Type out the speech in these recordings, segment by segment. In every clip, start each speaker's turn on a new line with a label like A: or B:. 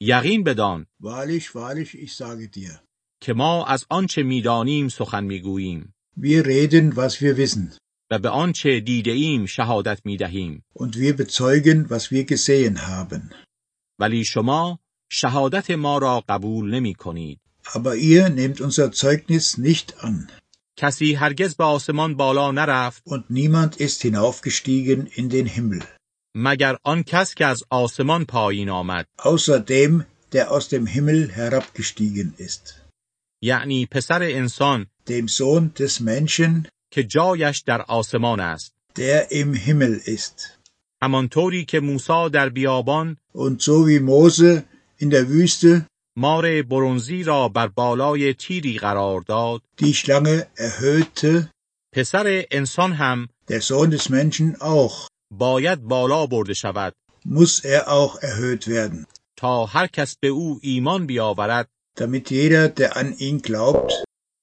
A: یقین بدان
B: Wahrlich, wahrlich, ich sage dir,
A: که ما از آنچه میدانیم سخن میگوییم
B: wir reden, was wir wissen,
A: و به آنچه دیده ایم شهادت میدهیم
B: und wir bezeugen, was wir gesehen haben.
A: ولی شما شهادت ما را قبول نمی کنید.
B: Aber ihr nehmt unser Zeugnis nicht an,
A: کسی هرگز به آسمان بالا نرفت
B: und niemand ist hinaufgestiegen in den Himmel,
A: مگر آن کس که از آسمان پایین آمد
B: außer dem, der aus dem Himmel herabgestiegen ist,
A: یعنی پسر انسان
B: dem Sohn des Menschen,
A: که جایش در آسمان است
B: der im Himmel ist.
A: همانطوری که موسی در بیابان
B: Und so wie Mose in der Wüste
A: مار برونزی را بر بالای تیری قرار داد
B: die Schlange erhöhte,
A: پسر انسان هم
B: der Sohn des Menschen auch,
A: باید بالا برده شود
B: muss er auch erhöht werden.
A: تا هر کس به او ایمان بیاورد
B: damit jeder, der an ihn glaubt,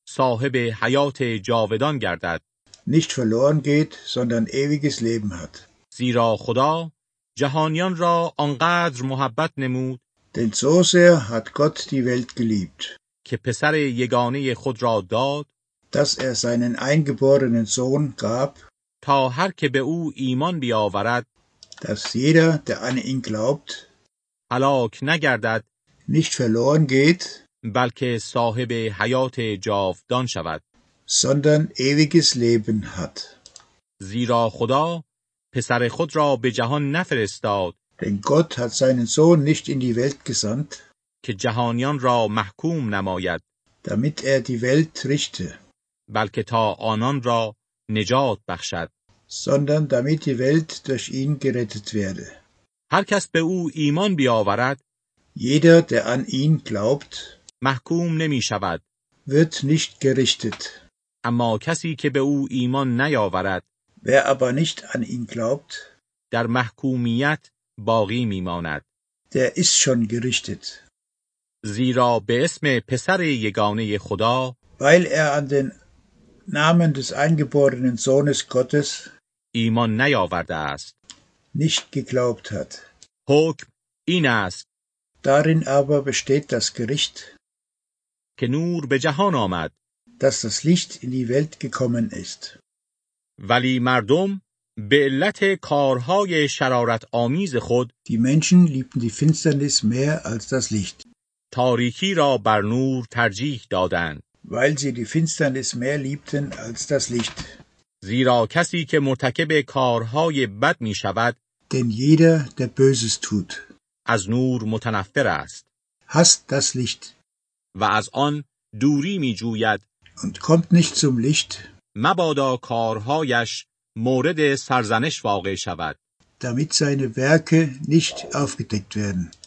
A: صاحب حیات جاودان گردد
B: nicht verloren geht, sondern ewiges Leben hat.
A: زیرا خدا جهانیان را آنقدر محبت نمود
B: Denn so sehr hat Gott die Welt geliebt,
A: که پسر یگانه خود را داد
B: dass er seinen eingeborenen Sohn gab,
A: تا هر که به او ایمان بیاورد
B: dass jeder, der an ihn glaubt,
A: هلاک نگردد
B: nicht verloren geht,
A: بلکه صاحب حیات جاودان شود
B: sondern ewiges Leben hat.
A: زیرا خدا پسر خود را به جهان نفرستاد
B: Denn Gott hat seinen Sohn nicht in die Welt gesandt,
A: که جهانیان را محکوم نماید
B: damit er die Welt richte,
A: بلکه تا آنان را نجات بخشد
B: sondern damit die Welt durch ihn gerettet werde.
A: هر کس به او ایمان بیاورد
B: Jeder, der an ihn glaubt,
A: محکوم نمی شود
B: wird nicht gerichtet.
A: اما کسی که به او ایمان نیاورد
B: Wer aber nicht an ihn glaubt,
A: در محکومیت باقی میماند
B: der ist schon gerichtet,
A: زیرا به اسم پسر یگانه خدا
B: weil er an den Namen des eingeborenen Sohnes Gottes
A: ایمان نیاورده است
B: nicht geglaubt hat.
A: حکم این است
B: Darin aber besteht das Gericht,
A: که نور به جهان آمد
B: dass das Licht in die Welt gekommen ist.
A: ولی مردم به علت کارهای شرارت آمیز خود
B: Die Menschen liebten die Finsternis mehr als das Licht,
A: تاریکی را بر نور ترجیح دادند
B: weil sie die Finsternis mehr liebten als das Licht.
A: زیرا کسی که مرتکب کارهای بد می شود
B: Denn jeder, der Böses tut,
A: از نور متنفر است
B: hasst das Licht
A: و از آن دوری می جوید
B: und kommt nicht zum Licht,
A: مبادا کارهایش مورد سرزنش واقع شود
B: damit seine Werke nicht aufgedeckt werden.